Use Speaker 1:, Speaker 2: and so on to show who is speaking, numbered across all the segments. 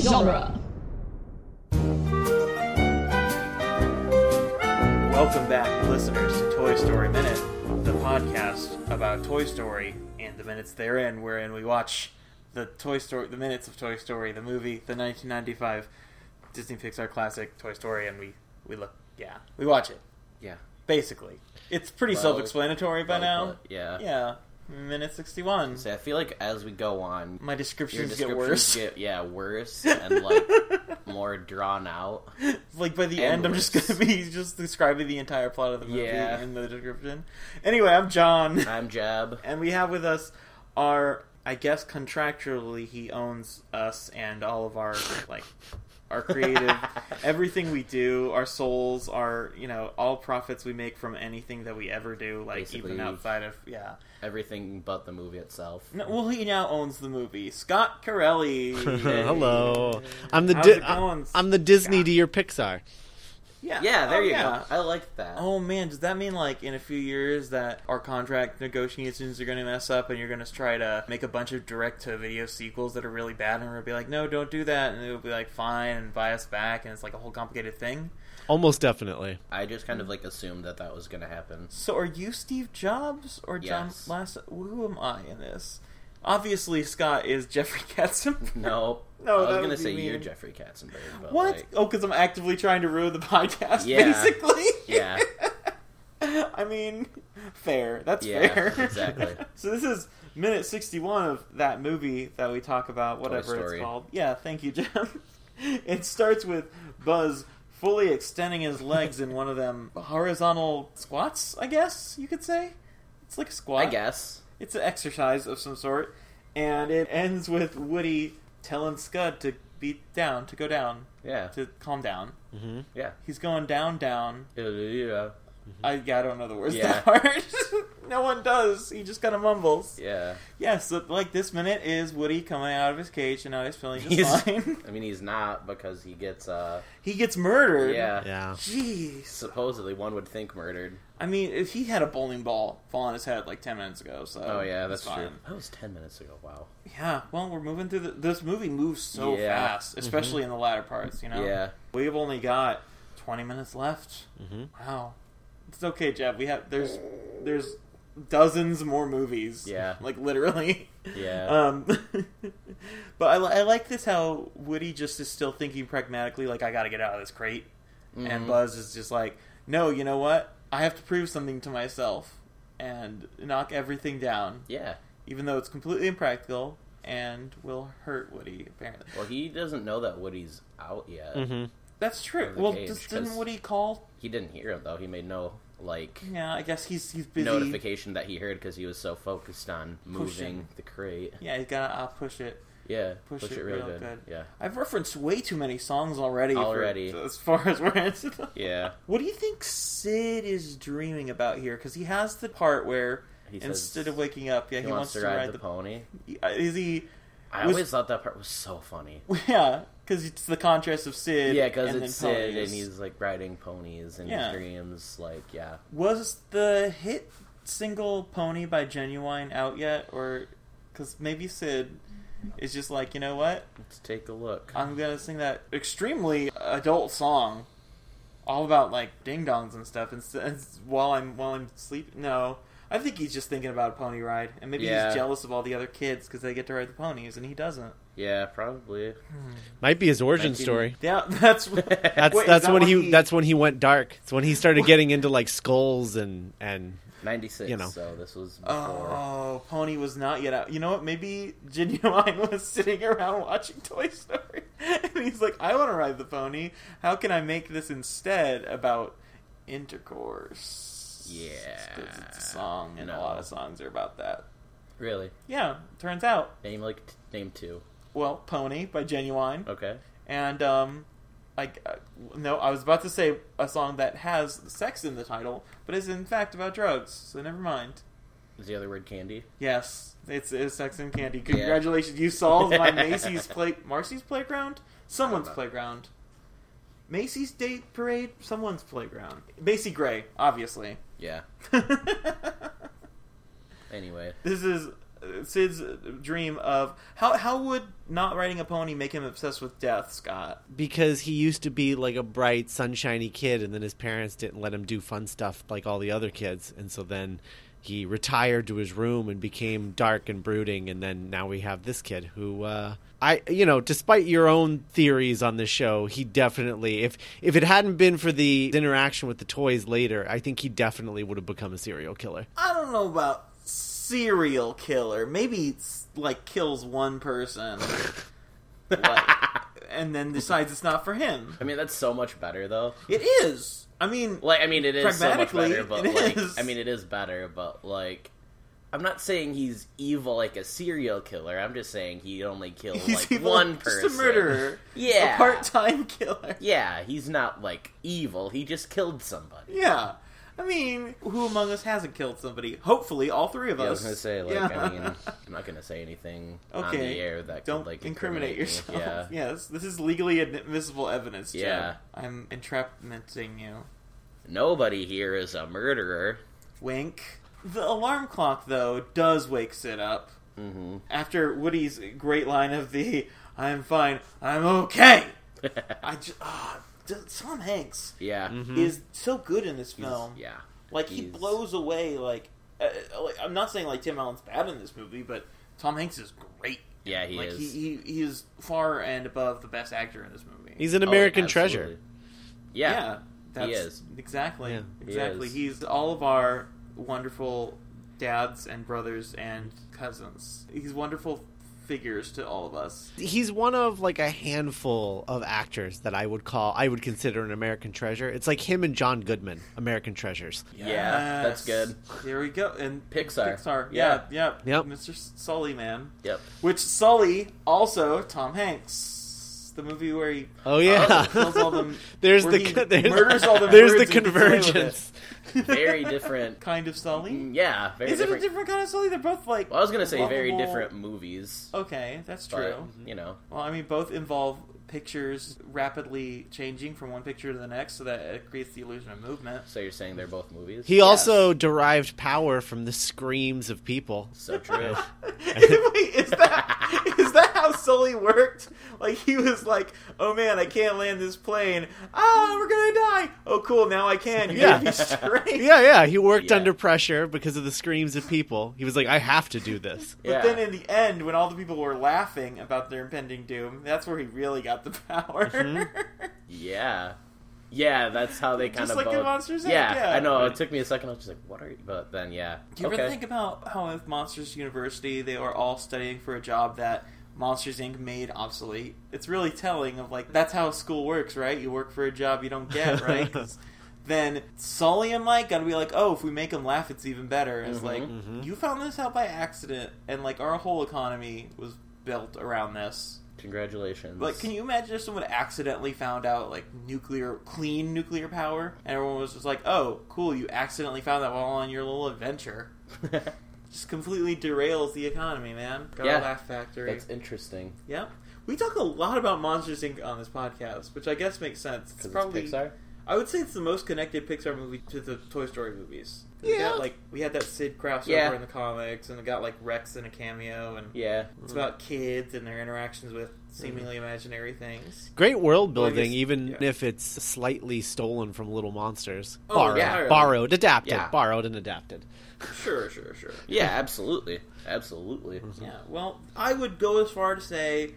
Speaker 1: genre.
Speaker 2: Welcome back, listeners, to Toy Story Minute, the podcast about Toy Story and the minutes therein, wherein we watch the Toy Story, the minutes of Toy Story, the movie, the 1995 Disney Pixar classic Toy Story, and we we look, yeah, we watch it
Speaker 3: Yeah.
Speaker 2: basically. It's pretty
Speaker 3: Well,
Speaker 2: self-explanatory by
Speaker 3: well
Speaker 2: now.
Speaker 3: put, yeah.
Speaker 2: yeah, minute 61.
Speaker 3: So I feel like as we go on,
Speaker 2: My
Speaker 3: your
Speaker 2: descriptions get
Speaker 3: descriptions
Speaker 2: worse.
Speaker 3: get yeah worse and like more drawn out.
Speaker 2: like by the end,
Speaker 3: And
Speaker 2: I'm just
Speaker 3: worse.
Speaker 2: gonna be just describing the entire plot of the movie
Speaker 3: Yeah.
Speaker 2: in the description. Anyway, I'm John.
Speaker 3: I'm Jeb.
Speaker 2: And we have with us our, I guess contractually he owns us and all of our like our creative, everything we do, our souls, our you know all profits we make from anything that we ever do, like even
Speaker 3: Basically.
Speaker 2: outside of yeah.
Speaker 3: Everything but the movie itself.
Speaker 2: No, well, he now owns the movie. Scott Corelli.
Speaker 4: Hello. I'm the
Speaker 2: How's
Speaker 4: Di-
Speaker 2: it going,
Speaker 4: I'm the Disney
Speaker 2: Scott?
Speaker 4: to your Pixar.
Speaker 2: Yeah.
Speaker 3: Yeah, there
Speaker 2: Oh,
Speaker 3: you
Speaker 2: yeah.
Speaker 3: go. I like that.
Speaker 2: Oh man, does that mean like in a few years that our contract negotiations are going to mess up and you're going to try to make a bunch of direct to video sequels that are really bad and we'll be like, no, don't do that, and it'll be like fine and buy us back and it's like a whole complicated thing.
Speaker 4: Almost definitely.
Speaker 3: I just kind of like assumed that that was gonna happen.
Speaker 2: So are you Steve Jobs or John
Speaker 3: Yes.
Speaker 2: Last? Who am I in this? Obviously, Scott is Jeffrey Katzenberg.
Speaker 3: No,
Speaker 2: No,
Speaker 3: I
Speaker 2: that
Speaker 3: was gonna
Speaker 2: would be
Speaker 3: say you're
Speaker 2: mean.
Speaker 3: Jeffrey Katzenberg. But
Speaker 2: What?
Speaker 3: Like,
Speaker 2: Oh, because I'm actively trying to ruin the podcast,
Speaker 3: Yeah.
Speaker 2: basically.
Speaker 3: yeah,
Speaker 2: I mean, fair. That's
Speaker 3: Yeah,
Speaker 2: fair.
Speaker 3: exactly.
Speaker 2: so this is minute sixty-one of that movie that we talk about, whatever it's
Speaker 3: Story.
Speaker 2: called. Yeah, thank you, Jim. it starts with Buzz fully extending his legs in one of them horizontal squats. I guess you could say it's like a squat.
Speaker 3: I guess.
Speaker 2: it's an exercise of some sort, and it ends with Woody telling Scud to be down, to go down,
Speaker 3: Yeah,
Speaker 2: to calm down.
Speaker 4: hmm
Speaker 3: yeah.
Speaker 2: He's going down, down.
Speaker 3: Yeah,
Speaker 2: I yeah, I don't know the words
Speaker 3: Mm-hmm. Yeah.
Speaker 2: that hard. no one does. He just kind of mumbles.
Speaker 3: yeah.
Speaker 2: Yeah, so like this minute is Woody coming out of his cage and now he's feeling just
Speaker 3: He's-
Speaker 2: fine.
Speaker 3: I mean, he's not because he gets uh,
Speaker 2: he gets murdered.
Speaker 3: yeah.
Speaker 4: Yeah.
Speaker 2: Jeez.
Speaker 3: Supposedly, one would think murdered.
Speaker 2: I mean, if he had a bowling ball fall on his head like ten minutes ago, so
Speaker 3: Oh yeah,
Speaker 2: it's
Speaker 3: that's true.
Speaker 2: fine.
Speaker 3: That was ten minutes ago. Wow.
Speaker 2: Yeah. Well, we're moving through the, this movie moves so
Speaker 3: Yeah. Mm-hmm.
Speaker 2: fast, especially in the latter parts. You know.
Speaker 3: Yeah.
Speaker 2: We've only got twenty minutes left.
Speaker 3: Mm-hmm.
Speaker 4: hmm
Speaker 2: Wow. It's okay, Jeb. We have there's there's dozens more movies.
Speaker 3: Yeah.
Speaker 2: Like literally.
Speaker 3: Yeah.
Speaker 2: Um But I, li- I like this how Woody just is still thinking pragmatically like I got to get out of this crate. And
Speaker 3: Mhm.
Speaker 2: Buzz is just like, "No, you know what? I have to prove something to myself and knock everything down,
Speaker 3: Yeah.
Speaker 2: even though it's completely impractical and will hurt Woody apparently."
Speaker 3: Well, he doesn't know that Woody's out yet.
Speaker 2: Mm-hmm.
Speaker 4: hmm
Speaker 2: That's true.
Speaker 3: Out of the
Speaker 2: Well,
Speaker 3: cage,
Speaker 2: just didn't
Speaker 3: 'cause-
Speaker 2: Woody call?
Speaker 3: He didn't hear him though. He made no like
Speaker 2: Yeah, I guess he's he's busy.
Speaker 3: notification that he heard because he was so focused on moving
Speaker 2: Pushing.
Speaker 3: the crate.
Speaker 2: Yeah, he's gotta uh, push it.
Speaker 3: Yeah.
Speaker 2: Push it
Speaker 3: really
Speaker 2: real
Speaker 3: good.
Speaker 2: good.
Speaker 3: Yeah.
Speaker 2: I've referenced way too many songs already. for-
Speaker 3: Already.
Speaker 2: as far as we're into them.
Speaker 3: Yeah.
Speaker 2: What do you think Sid is dreaming about here? Because he has the part where
Speaker 3: He says
Speaker 2: instead of waking up, yeah,
Speaker 3: he, wants, to ride, the, pony.
Speaker 2: Uh, Is he?
Speaker 3: I
Speaker 2: Was-
Speaker 3: always thought that part was so funny.
Speaker 2: Yeah, because it's the contrast of Sid.
Speaker 3: Yeah, because
Speaker 2: and
Speaker 3: it's
Speaker 2: then
Speaker 3: Sid
Speaker 2: ponies.
Speaker 3: and he's like riding ponies and
Speaker 2: Yeah.
Speaker 3: his dreams. Like, yeah,
Speaker 2: Was the hit single "Pony" by Genuine out yet, or because maybe Sid is just like, you know what?
Speaker 3: let's take a look.
Speaker 2: I'm gonna sing that extremely adult song, all about like ding dongs and stuff. And, s- and s- while I'm while I'm sleeping, no, I think he's just thinking about a pony ride, and maybe
Speaker 3: Yeah.
Speaker 2: he's jealous of all the other kids because they get to ride the ponies and he doesn't.
Speaker 3: yeah, probably.
Speaker 4: Might be his origin
Speaker 3: 19
Speaker 4: story.
Speaker 2: Yeah, that's
Speaker 4: That's
Speaker 2: Wait, is
Speaker 4: that's
Speaker 2: that when
Speaker 4: when he,
Speaker 2: he-
Speaker 4: that's when he went dark. It's when he started getting into like skulls and and
Speaker 3: Ninety six.
Speaker 4: You know.
Speaker 3: So this was before.
Speaker 2: Oh, Pony was not yet out. You know what? Maybe Genuine was sitting around watching Toy Story, and he's like, "I want to ride the pony. How can I make this instead about intercourse?"
Speaker 3: Yeah.
Speaker 2: 'Cause it's a song, and a
Speaker 3: No.
Speaker 2: lot of songs are about that.
Speaker 3: Really?
Speaker 2: Yeah, turns out,
Speaker 3: Name like t- name two.
Speaker 2: well, Pony by Genuine,
Speaker 3: Okay.
Speaker 2: and um, like, uh, no, I was about to say a song that has sex in the title, but is in fact about drugs. So never mind.
Speaker 3: Is the other word candy?
Speaker 2: Yes, it's, it's sex and candy.
Speaker 3: Yeah.
Speaker 2: Congratulations, you solved my Macy's play, Marcy's playground, someone's
Speaker 3: know.
Speaker 2: playground, Macy's date parade, someone's playground. Macy Gray, obviously.
Speaker 3: Yeah. Anyway,
Speaker 2: this is uh, Sid's dream of how how would not riding a pony make him obsessed with death, Scott?
Speaker 4: because he used to be like a bright, sunshiny kid, and then his parents didn't let him do fun stuff like all the other kids, and so then he retired to his room and became dark and brooding, and then now we have this kid who, uh, I, you know, despite your own theories on the show, he definitely, if if it hadn't been for the interaction with the toys later, I think he definitely would have become a serial killer.
Speaker 2: I don't know about serial killer. Maybe it's like kills one person, like, and then decides it's not for him.
Speaker 3: I mean, that's so much better though.
Speaker 2: It is. I mean,
Speaker 3: Like, I mean, it is so much
Speaker 2: Pragmatically,
Speaker 3: better, but
Speaker 2: it
Speaker 3: like,
Speaker 2: is.
Speaker 3: I mean, it is better, but like, I'm not saying he's evil like a serial killer. I'm just saying he only killed
Speaker 2: he's
Speaker 3: like
Speaker 2: evil,
Speaker 3: one
Speaker 2: just
Speaker 3: person.
Speaker 2: a murderer,
Speaker 3: Yeah.
Speaker 2: a part-time killer.
Speaker 3: Yeah, he's not like evil. He just killed somebody.
Speaker 2: Yeah. I mean, who among us hasn't killed somebody? Hopefully, all three of
Speaker 3: Yeah, I was
Speaker 2: us.
Speaker 3: gonna say, like,
Speaker 2: Yeah.
Speaker 3: I mean, I'm not gonna say anything on
Speaker 2: Okay,
Speaker 3: the air that
Speaker 2: Don't
Speaker 3: could like
Speaker 2: incriminate, yourself.
Speaker 3: me. Yeah,
Speaker 2: Yes, this is legally admissible evidence. Jeb.
Speaker 3: Yeah.
Speaker 2: I'm entrapmenting you.
Speaker 3: nobody here is a murderer.
Speaker 2: Wink. The alarm clock, though, does wake Sid up.
Speaker 3: Mm-hmm.
Speaker 2: After Woody's great line of the "I'm fine, I'm okay," I just, ah, d- Tom Hanks
Speaker 3: yeah,
Speaker 4: Mm-hmm.
Speaker 2: is so good in this
Speaker 3: He's-
Speaker 2: film.
Speaker 3: yeah.
Speaker 2: Like he
Speaker 3: He's-
Speaker 2: blows away. Like, uh, like I'm not saying like Tim Allen's bad in this movie, but Tom Hanks is great.
Speaker 3: Yeah, he
Speaker 2: like
Speaker 3: is.
Speaker 2: He, he he is far and above the best actor in this movie.
Speaker 4: He's an
Speaker 3: Oh,
Speaker 4: American
Speaker 3: absolutely.
Speaker 4: treasure.
Speaker 3: Yeah.
Speaker 2: that's,
Speaker 3: is.
Speaker 2: exactly
Speaker 4: Yeah.
Speaker 3: He
Speaker 2: exactly.
Speaker 3: is.
Speaker 2: He's all of our wonderful dads and brothers and cousins. He's wonderful figures to all of us.
Speaker 4: he's one of like a handful of actors that I would call I would consider an American treasure. It's like him and John Goodman, American treasures.
Speaker 3: Yeah, that's
Speaker 2: Yes.
Speaker 3: good.
Speaker 2: There we go. And
Speaker 3: Pixar.
Speaker 2: Pixar. Yeah, yeah.
Speaker 4: Yep.
Speaker 2: Mr. Sully, man.
Speaker 3: Yep.
Speaker 2: Which Sully also Tom Hanks, the movie where he
Speaker 4: Oh yeah,
Speaker 2: kills all them.
Speaker 4: there's
Speaker 2: where
Speaker 4: the
Speaker 2: he
Speaker 4: there's,
Speaker 2: murders all the
Speaker 4: there's the
Speaker 2: birds and gets away with it.
Speaker 4: convergence.
Speaker 3: Very different.
Speaker 2: kind of Sully.
Speaker 3: Yeah. Very
Speaker 2: Is it a
Speaker 3: different.
Speaker 2: different kind of Sully? They're both like.
Speaker 3: Well, I was gonna say very
Speaker 2: lovable-
Speaker 3: different movies.
Speaker 2: Okay, that's Oh, true.
Speaker 3: but, You know.
Speaker 2: Well, I mean, both involve pictures rapidly changing from one picture to the next, so that it creates the illusion of movement.
Speaker 3: So you're saying they're both movies?
Speaker 4: He also derived power from the screams of people.
Speaker 3: So true.
Speaker 2: Wait, is that is that how Sully worked? Like he was like, "Oh man, I can't land this plane. Ah, we're gonna die. Oh, cool, now I can. You
Speaker 4: Yeah.
Speaker 2: gave me strength."
Speaker 4: Yeah, yeah, he worked
Speaker 3: Yeah.
Speaker 4: under pressure because of the screams of people. He was like, I have to do this.
Speaker 2: But
Speaker 3: Yeah.
Speaker 2: then in the end, when all the people were laughing about their impending doom, that's where he really got the power.
Speaker 3: Mm-hmm. yeah. Yeah, that's how they kind
Speaker 2: Just
Speaker 3: of
Speaker 2: like in
Speaker 3: both.
Speaker 2: Monsters, Inc.,
Speaker 3: yeah,
Speaker 2: yeah.
Speaker 3: I know. It took me a second. I was just like, "What are you?" But then, yeah.
Speaker 2: Do you
Speaker 3: okay.
Speaker 2: ever think about how at Monsters University they were all studying for a job that Monsters Inc. made obsolete? It's really telling of like that's how school works, right? You work for a job you don't get, right? 'Cause then Sully and Mike gotta be like, oh, if we make them laugh, it's even better. It's
Speaker 3: Mhm.
Speaker 2: like
Speaker 4: Mhm.
Speaker 2: you found this out by accident, and like our whole economy was built around this.
Speaker 3: Congratulations.
Speaker 2: Like, can you imagine if someone accidentally found out like nuclear, clean nuclear power, and everyone was just like, "Oh, cool, you accidentally found that while on your little adventure." Just completely derails the economy, man. Got
Speaker 3: Yeah.
Speaker 2: a laugh factory.
Speaker 3: That's interesting.
Speaker 2: Yep. We talk a lot about Monsters Inc. on this podcast, which I guess makes sense. It's
Speaker 3: Because
Speaker 2: probably
Speaker 3: it's Pixar.
Speaker 2: I would say it's the most connected Pixar movie to the Toy Story movies. 'Cause we
Speaker 4: Yeah.
Speaker 2: got, like we had that Sid crossover
Speaker 3: Yeah.
Speaker 2: in the comics, and we got like Rex in a cameo, and
Speaker 3: Yeah.
Speaker 2: it's about kids and their interactions with seemingly imaginary things.
Speaker 4: Great world
Speaker 2: Well, I guess-
Speaker 4: building, even
Speaker 2: yeah.
Speaker 4: if it's slightly stolen from Little Monsters.
Speaker 2: Oh,
Speaker 4: borrowed,
Speaker 3: yeah.
Speaker 4: borrowed, adapted,
Speaker 3: Yeah.
Speaker 4: borrowed and adapted.
Speaker 2: Sure, sure, sure.
Speaker 3: Yeah. Absolutely. Absolutely.
Speaker 2: Yeah, well, I would go as far to say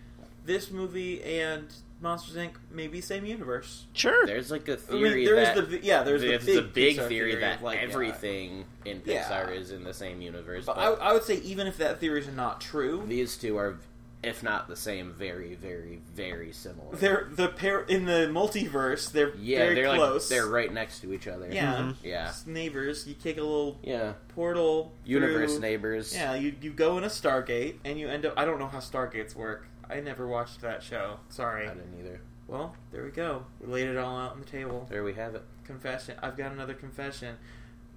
Speaker 2: this movie and Monsters Inc. may be same universe.
Speaker 4: Sure.
Speaker 3: There's like a
Speaker 2: I mean,
Speaker 3: theory
Speaker 2: there is
Speaker 3: that
Speaker 2: the yeah, there's
Speaker 3: it's
Speaker 2: the big,
Speaker 3: the big
Speaker 2: Pixar
Speaker 3: theory, that
Speaker 2: of, like, yeah.
Speaker 3: everything in
Speaker 2: Yeah.
Speaker 3: Pixar is in the same universe.
Speaker 2: But I, I would say even if that theory is not true,
Speaker 3: these two are, if not the same, very, very, very similar.
Speaker 2: they're the pair in the multiverse. They're
Speaker 3: yeah,
Speaker 2: very
Speaker 3: they're
Speaker 2: close.
Speaker 3: like they're right next to each other.
Speaker 2: yeah,
Speaker 4: Mhm.
Speaker 3: yeah,
Speaker 2: Just neighbors. You take a little
Speaker 3: yeah.
Speaker 2: portal
Speaker 3: Universe
Speaker 2: through-
Speaker 3: neighbors.
Speaker 2: Yeah, you you go in a Stargate and you end up. I don't know how Stargates work. I never watched that show.
Speaker 3: I
Speaker 2: Sorry.
Speaker 3: didn't either.
Speaker 2: Well, there we go. We laid it all out on the table.
Speaker 3: There we have it.
Speaker 2: confession. I've got another confession.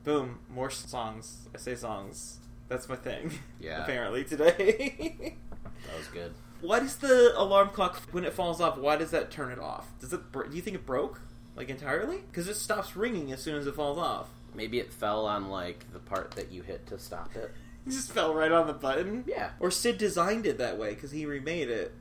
Speaker 2: Boom, more s- songs. I say songs. That's my thing.
Speaker 3: Yeah.
Speaker 2: Apparently today.
Speaker 3: That was good.
Speaker 2: why does the alarm clock when it falls off? Why does that turn it off? Does it? br- Do you think it broke like entirely? Because it stops ringing as soon as it falls off.
Speaker 3: Maybe it fell on like the part that you hit to stop it.
Speaker 2: He just fell right on the button.
Speaker 3: Yeah.
Speaker 2: Or Sid designed it that way because he remade it.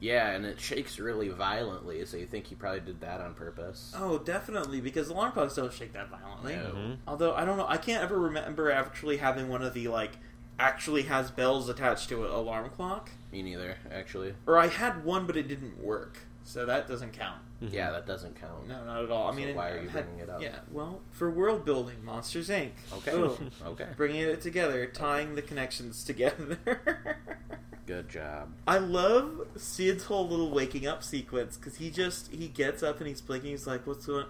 Speaker 3: Yeah, and it shakes really violently, so you think he probably did that on purpose.
Speaker 2: Oh, definitely because alarm clocks don't shake that violently.
Speaker 3: No.
Speaker 4: Mm-hmm.
Speaker 3: Mhm.
Speaker 2: Although I don't know, I can't ever remember actually having one of the like actually has bells attached to an alarm clock.
Speaker 3: Me neither, actually.
Speaker 2: Or I had one, but it didn't work, so that doesn't count.
Speaker 4: Mm-hmm.
Speaker 3: Yeah, that doesn't count.
Speaker 2: Mm-hmm. No, not at all. I
Speaker 3: So
Speaker 2: mean,
Speaker 3: why
Speaker 2: it-
Speaker 3: are you
Speaker 2: I had-
Speaker 3: bringing it up?
Speaker 2: Yeah, well, for world building, Monsters Inc.
Speaker 3: Okay.
Speaker 2: Boom.
Speaker 3: okay.
Speaker 2: bringing it together, tying the connections together.
Speaker 3: Good job.
Speaker 2: I love Sid's whole little waking up sequence because he just he gets up and he's blinking. He's like, "What's going?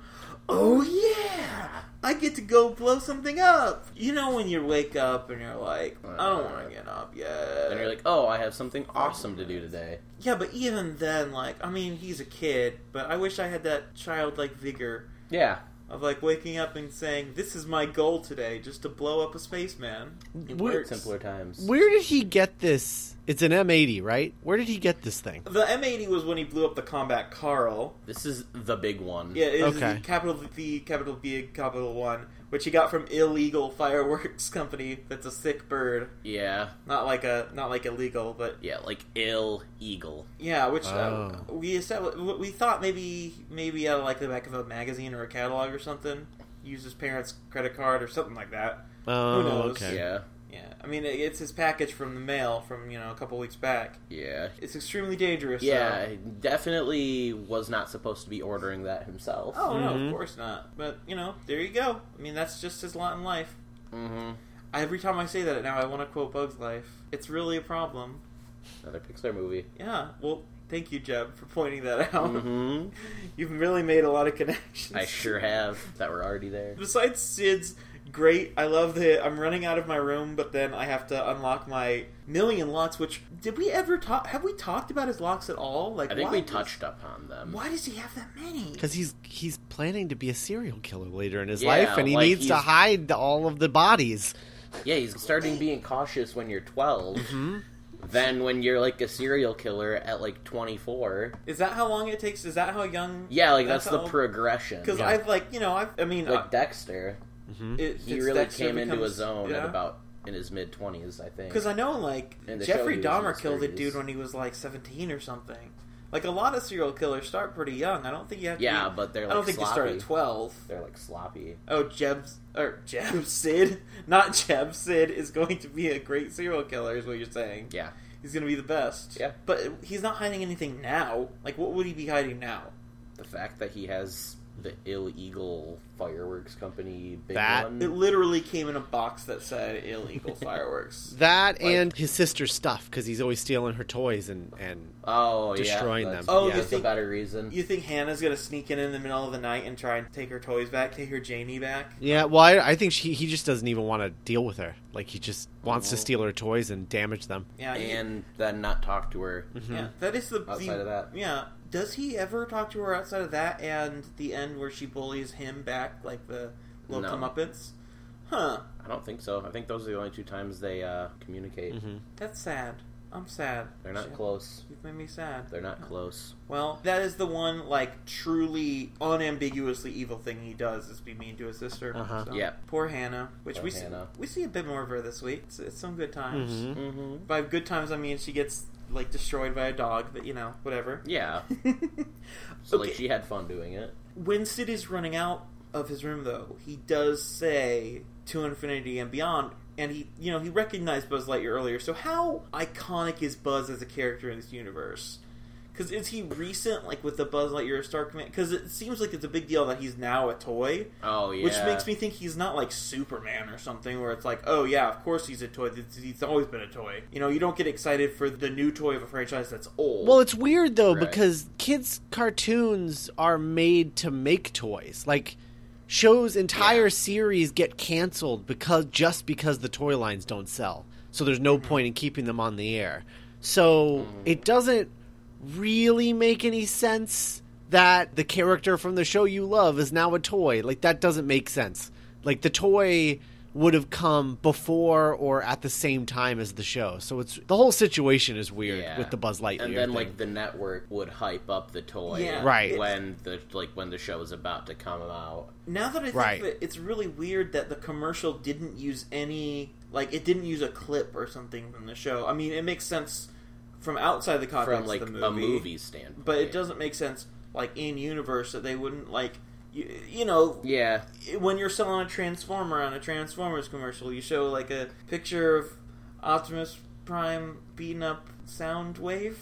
Speaker 2: Oh yeah, I get to go blow something up." You know when you wake up and you're like, "I don't want to get up yet."
Speaker 3: And you're like, oh, I have something awesome to do today.
Speaker 2: "Yeah," but even then, like, I mean, he's a kid, but I wish I had that childlike vigor
Speaker 3: Yeah.
Speaker 2: of like waking up and saying, "This is my goal today, just to blow up a spaceman." It works.
Speaker 3: Simpler times.
Speaker 4: Where did he get this? It's an M80, right? Where did he get this thing?
Speaker 2: The M80 was when he blew up the combat Carl.
Speaker 3: This is the big one.
Speaker 2: Yeah, it is
Speaker 4: Okay.
Speaker 2: the capital V, capital B, capital one, which he got from illegal fireworks company. That's a sick bird,
Speaker 3: Yeah.
Speaker 2: not like a not like illegal, but
Speaker 3: Yeah, like ill eagle.
Speaker 2: yeah. Which uh,
Speaker 4: Oh.
Speaker 2: we established, we thought maybe maybe out of like the back of a magazine or a catalog or something. Used his parents' credit card or something like that.
Speaker 4: Oh,
Speaker 2: knows?
Speaker 4: okay.
Speaker 3: Yeah.
Speaker 2: Yeah, I mean it- it's his package from the mail from you know a couple weeks back.
Speaker 3: Yeah.
Speaker 2: It's extremely dangerous.
Speaker 3: Yeah,
Speaker 2: though.
Speaker 3: he definitely was not supposed to be ordering that himself.
Speaker 2: Oh no,
Speaker 3: Mm-hmm.
Speaker 2: of
Speaker 4: Mhm.
Speaker 2: course not. But you know, there you go. I mean that's just his lot in life.
Speaker 3: Mm-hmm.
Speaker 2: Every time I say that now, I want to quote Bugs Life. It's really a problem.
Speaker 3: Another Pixar movie.
Speaker 2: Yeah. Well, thank you, Jeb, for pointing that out.
Speaker 3: Mm-hmm.
Speaker 2: You've really made a lot of connections.
Speaker 3: I sure have. That were already there.
Speaker 2: Besides Sid's great, I love that I'm running out of my room, but then I have to unlock my million locks. Which did we ever talk? Have we talked about his locks at all? Like,
Speaker 3: I think
Speaker 2: why
Speaker 3: we
Speaker 2: does-
Speaker 3: touched upon them.
Speaker 2: Why does he have that many?
Speaker 4: Because he's he's planning to be a serial killer later in his
Speaker 3: Yeah,
Speaker 4: life, and he
Speaker 3: like
Speaker 4: needs to
Speaker 3: he's-
Speaker 4: hide all of the bodies.
Speaker 3: Yeah, he's starting being cautious when you're 12. Then when you're like a serial killer at like 24.
Speaker 2: Is that how long it takes? Is that how young?
Speaker 3: Yeah, like that's, the
Speaker 2: how-
Speaker 3: progression.
Speaker 2: Because
Speaker 4: Yeah.
Speaker 2: I've like you know I've I mean
Speaker 3: like Dexter,
Speaker 2: uh,
Speaker 4: Mm-hmm.
Speaker 2: it,
Speaker 3: he
Speaker 2: it's
Speaker 3: really
Speaker 2: Dexter
Speaker 3: came into
Speaker 2: becomes-
Speaker 3: his own at
Speaker 2: yeah.
Speaker 3: about in his mid 20s, I think.
Speaker 2: Because I know, like,
Speaker 3: In the show,
Speaker 2: Jeffrey
Speaker 3: he was in
Speaker 2: Dahmer
Speaker 3: his
Speaker 2: killed a
Speaker 3: 30s.
Speaker 2: dude when he was, like, 17 or something. Like, a lot of serial killers start pretty young. I don't think you have to.
Speaker 3: Yeah,
Speaker 2: be-
Speaker 3: but they're
Speaker 2: I don't
Speaker 3: like
Speaker 2: think
Speaker 3: sloppy.
Speaker 2: you start at 12.
Speaker 3: They're like sloppy.
Speaker 2: Oh, Jeb's. Or Jeb Sid. Not Jeb Sid is going to be a great serial killer, is what you're saying.
Speaker 3: Yeah.
Speaker 2: He's going to be the best.
Speaker 3: Yeah.
Speaker 2: But he's not hiding anything now. Like, what would he be hiding now?
Speaker 3: The fact that he has the Ill Eagle Fireworks Company big
Speaker 4: That-
Speaker 3: one.
Speaker 2: It literally came in a box that said illegal fireworks.
Speaker 4: That and his sister's stuff, because he's always stealing her toys and and
Speaker 3: oh, yeah.
Speaker 4: Destroying
Speaker 3: that's-
Speaker 4: them. Oh,
Speaker 2: you
Speaker 3: yeah, that's a
Speaker 2: think-
Speaker 3: better reason.
Speaker 2: You think Hannah's going to sneak in in the middle of the night and try and take her toys back, take her Jamie back?
Speaker 4: yeah. Well, I, I think she, he just doesn't even want to deal with her. Like he just wants to
Speaker 3: Mhm.
Speaker 4: steal her toys and damage them.
Speaker 2: Yeah, you-
Speaker 3: and then not talk to her.
Speaker 4: Mm-hmm.
Speaker 2: Yeah, that is the
Speaker 3: Outside
Speaker 2: the-
Speaker 3: of that.
Speaker 2: Yeah, does he ever talk to her outside of that and the end where she bullies him back, like the little
Speaker 3: No.
Speaker 2: comeuppance? Huh.
Speaker 3: I don't think so. I think those are the only two times they uh, communicate.
Speaker 4: Mm-hmm.
Speaker 2: That's sad. I'm sad.
Speaker 3: They're not
Speaker 2: Shit,
Speaker 3: close.
Speaker 2: You've made me sad.
Speaker 3: They're not close.
Speaker 2: Well, that is the one like truly unambiguously evil thing he does is be mean to his sister.
Speaker 4: Uh-huh.
Speaker 2: So,
Speaker 3: Yeah.
Speaker 2: Poor Hannah. Which
Speaker 3: Poor
Speaker 2: we
Speaker 3: Hannah.
Speaker 2: see we see a bit more of her this week. It's, it's some good times.
Speaker 4: Mhm.
Speaker 3: Mm-hmm.
Speaker 2: By good times I mean she gets like destroyed by a dog, but you know, whatever.
Speaker 3: Yeah. So like she had fun doing it.
Speaker 2: when Sid is running out of his room, though, he does say to infinity and beyond, and he, you know, he recognized Buzz Lightyear earlier. So how iconic is Buzz as a character in this universe? Because is he recent, like with the Buzz Lightyear Star Command? Because it seems like it's a big deal that he's now a toy,
Speaker 3: Oh yeah.
Speaker 2: which makes me think he's not like Superman or something, where it's like, oh yeah, of course he's a toy. He's- He's always been a toy. You know, you don't get excited for the new toy of a franchise that's old.
Speaker 4: Well, it's weird though
Speaker 3: Right.
Speaker 4: because kids' cartoons are made to make toys. Like shows, entire
Speaker 3: Yeah.
Speaker 4: series get canceled because just because the toy lines don't sell. So there's no
Speaker 3: Mm-hmm.
Speaker 4: point in keeping them on the air. So it doesn't really make any sense that the character from the show you love is now a toy. Like that doesn't make sense. Like the toy would have come before or at the same time as the show. So it's the whole situation is weird
Speaker 3: Yeah.
Speaker 4: with the Buzz Lightyear.
Speaker 3: And then
Speaker 4: thing.
Speaker 3: like the network would hype up the toy.
Speaker 2: Yeah.
Speaker 4: Right.
Speaker 3: When the like when the show is about to come out.
Speaker 2: Now that I think
Speaker 4: Right.
Speaker 2: of it, it's really weird that the commercial didn't use any Like it didn't use a clip or something from the show. I mean, it makes sense from outside the context
Speaker 3: from like
Speaker 2: of the
Speaker 3: a movie standpoint.
Speaker 2: but it doesn't make sense like in universe that they wouldn't like you, you know
Speaker 3: Yeah,
Speaker 2: when you're selling a transformer on a transformers commercial you show like a picture of optimus prime beating up soundwave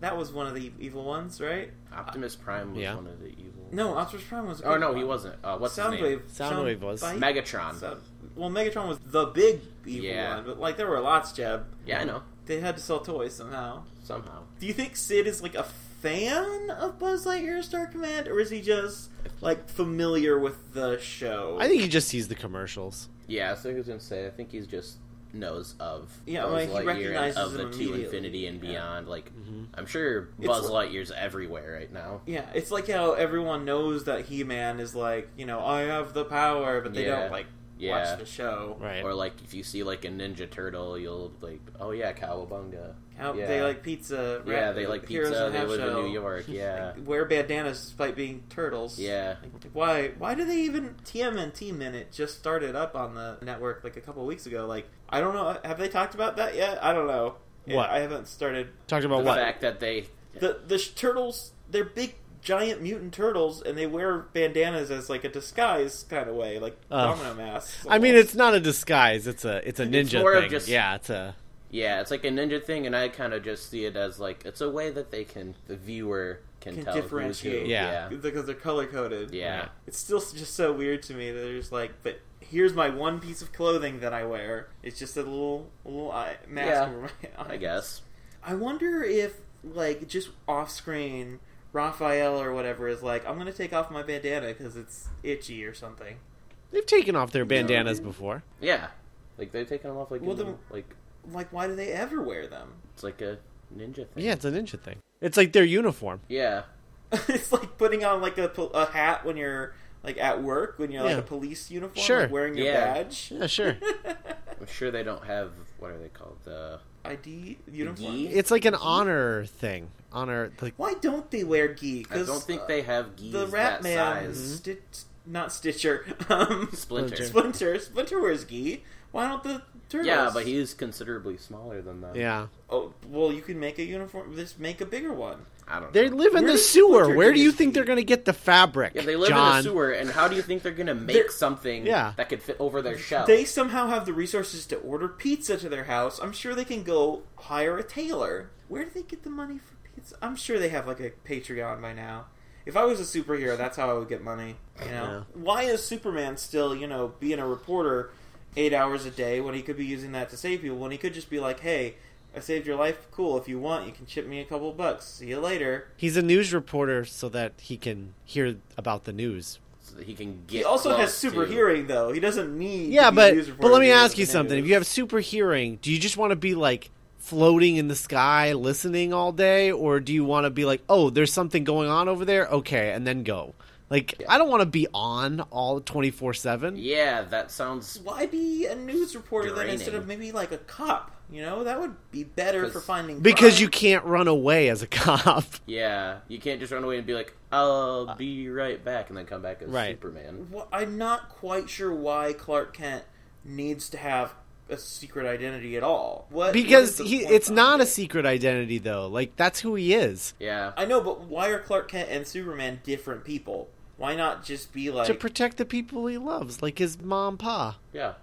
Speaker 2: that was one of the evil ones right
Speaker 3: Optimus Prime was
Speaker 4: Yeah.
Speaker 3: one of the evil.
Speaker 2: no optimus prime was a
Speaker 3: Oh
Speaker 2: good
Speaker 3: no,
Speaker 2: one.
Speaker 3: he wasn't. Uh, what's his name?
Speaker 2: soundwave
Speaker 4: Soundwave was.
Speaker 2: Soundbite?
Speaker 3: Megatron.
Speaker 2: Sound- well megatron was the big evil
Speaker 3: Yeah.
Speaker 2: one but like there were lots jeb
Speaker 3: Yeah, I know.
Speaker 2: they had to sell toys somehow
Speaker 3: Somehow,
Speaker 2: Do you think Sid is like a fan of Buzz Lightyear's Star Command, or is he just like familiar with the show?
Speaker 4: I think he just sees the commercials.
Speaker 3: yeah. So I was gonna say, I think he's just knows of
Speaker 2: Yeah,
Speaker 3: Buzz
Speaker 2: well, he
Speaker 3: Lightyear and
Speaker 2: recognizes him
Speaker 3: of the two
Speaker 2: immediately,
Speaker 3: infinity and
Speaker 2: yeah.
Speaker 3: beyond. Like,
Speaker 4: Mm.
Speaker 3: I'm sure
Speaker 2: It's
Speaker 3: Buzz
Speaker 2: like-
Speaker 3: Lightyear's everywhere right now.
Speaker 2: yeah, it's like how everyone knows that He Man is like you know I have the power, but they
Speaker 3: Yeah.
Speaker 2: don't like
Speaker 3: Yeah.
Speaker 2: watch the show.
Speaker 4: Right.
Speaker 3: Or like, if you see like a Ninja Turtle, you'll like, oh yeah, Cowabunga.
Speaker 2: How
Speaker 3: Yeah.
Speaker 2: they like pizza.
Speaker 3: yeah,
Speaker 2: rap-
Speaker 3: they like
Speaker 2: Heroes
Speaker 3: pizza.
Speaker 2: in
Speaker 3: They
Speaker 2: Half
Speaker 3: live
Speaker 2: Shell,
Speaker 3: in New York. Yeah,
Speaker 2: Wear bandanas despite being turtles.
Speaker 3: yeah.
Speaker 2: Like, Why? Why do they even TMNT Minute just started up on the network like a couple weeks ago? Like I don't know. Have they talked about that yet? I don't know.
Speaker 4: What?
Speaker 2: I haven't started
Speaker 4: Talked about
Speaker 3: The
Speaker 4: what?
Speaker 3: fact that they
Speaker 2: the the sh- turtles they're big giant mutant turtles and they wear bandanas as like a disguise kind of way like
Speaker 4: Oh.
Speaker 2: domino masks
Speaker 4: I mean, it's not a disguise. It's a it's a ninja
Speaker 3: It's more of
Speaker 4: thing.
Speaker 3: just-
Speaker 4: Yeah, it's a
Speaker 3: Yeah, it's like a ninja thing, and I kind of just see it as like it's a way that they can the viewer can,
Speaker 2: Can
Speaker 3: tell
Speaker 2: differentiate.
Speaker 3: Who's who.
Speaker 4: Yeah.
Speaker 3: yeah,
Speaker 2: because they're color coded
Speaker 3: yeah.
Speaker 2: it's still s- just so weird to me that there's like but here's my one piece of clothing that i wear it's just a little a little eye, mask
Speaker 3: Yeah,
Speaker 2: over my eyes.
Speaker 3: I guess.
Speaker 2: i wonder if like just off screen raphael or whatever is like i'm gonna take off my bandana because it's itchy or something
Speaker 4: they've taken off their bandanas before.
Speaker 3: Yeah, like they're taking them off like
Speaker 2: Well,
Speaker 3: in the-
Speaker 2: then-
Speaker 3: like
Speaker 2: like why do they ever wear them
Speaker 3: it's like a ninja thing.
Speaker 4: Yeah, it's a ninja thing. It's like their uniform.
Speaker 3: yeah,
Speaker 2: it's like putting on like a, pol- a hat when you're like at work when you're like
Speaker 4: Yeah.
Speaker 2: a police uniform
Speaker 4: Sure.
Speaker 2: like wearing your
Speaker 3: Yeah.
Speaker 2: badge
Speaker 4: Yeah, sure.
Speaker 3: I'm sure they don't have what are they called the
Speaker 2: id uniform
Speaker 3: Gi?
Speaker 4: It's like an honor thing. Honor, like
Speaker 2: why don't they wear gi
Speaker 3: I don't think they have geese
Speaker 2: uh, the
Speaker 3: that
Speaker 2: rat man
Speaker 3: size.
Speaker 2: Sti- not stitcher um
Speaker 3: Splinter.
Speaker 4: Mm-hmm. Splinter.
Speaker 2: splinter splinter wears gi why don't the turtles
Speaker 3: Yeah, but he's considerably smaller than them.
Speaker 4: yeah.
Speaker 2: oh well you can make a uniform just make a bigger one
Speaker 3: I don't.
Speaker 4: They
Speaker 3: know.
Speaker 4: live in
Speaker 2: Where
Speaker 4: the
Speaker 2: does
Speaker 4: sewer.
Speaker 2: Splinter
Speaker 4: Where
Speaker 2: get
Speaker 4: do you
Speaker 2: his
Speaker 4: think they're
Speaker 2: feet?
Speaker 4: going to get the fabric?
Speaker 3: Yeah, they live
Speaker 4: John?
Speaker 3: in a sewer, and how do you think they're gonna make
Speaker 2: They're-
Speaker 3: something
Speaker 4: Yeah.
Speaker 3: that could fit over their shell?
Speaker 2: they somehow have the resources to order pizza to their house. I'm sure they can go hire a tailor. Where do they get the money for pizza? I'm sure they have like a Patreon by now. If I was a superhero, that's how I would get money. You know, why is Superman still, you know, being a reporter eight hours a day when he could be using that to save people? When he could just be like, "Hey, I saved your life. Cool. If you want, you can chip me a couple bucks. See you later."
Speaker 4: He's a news reporter so that he can hear about the news.
Speaker 3: so that he can get.
Speaker 2: He also has
Speaker 3: close
Speaker 2: super
Speaker 3: to-
Speaker 2: hearing, though. He doesn't need.
Speaker 4: Yeah,
Speaker 2: to be a
Speaker 4: but
Speaker 2: news
Speaker 4: but
Speaker 2: reporter
Speaker 4: let me
Speaker 2: to hear
Speaker 4: ask
Speaker 2: the
Speaker 4: you something.
Speaker 2: news.
Speaker 4: If you have super hearing, do you just want to be like floating in the sky listening all day or do you want to be like, "Oh, there's something going on over there." Okay, and then go. Like I don't want to be on all 24/7.
Speaker 3: Yeah, that sounds
Speaker 2: why be a news reporter then
Speaker 3: Draining.
Speaker 2: instead of maybe like a cop? You know, that would be better for
Speaker 3: Because-
Speaker 2: finding
Speaker 4: Because
Speaker 2: crime.
Speaker 4: you can't run away as a cop.
Speaker 3: Yeah, you can't just run away and be like, "I'll be right back," and then come back as
Speaker 4: Uh, Right.
Speaker 3: Superman.
Speaker 2: Wh- I'm not quite sure why Clark Kent needs to have a secret identity at all. What?
Speaker 4: Because
Speaker 2: what is the
Speaker 4: he
Speaker 2: point
Speaker 4: it's not a
Speaker 2: behind it?
Speaker 4: secret identity though. Like that's who he is.
Speaker 3: Yeah,
Speaker 2: I know, but why are Clark Kent and Superman different people? Why not just be like
Speaker 4: To protect the people he loves, like his mom, pa.
Speaker 3: yeah,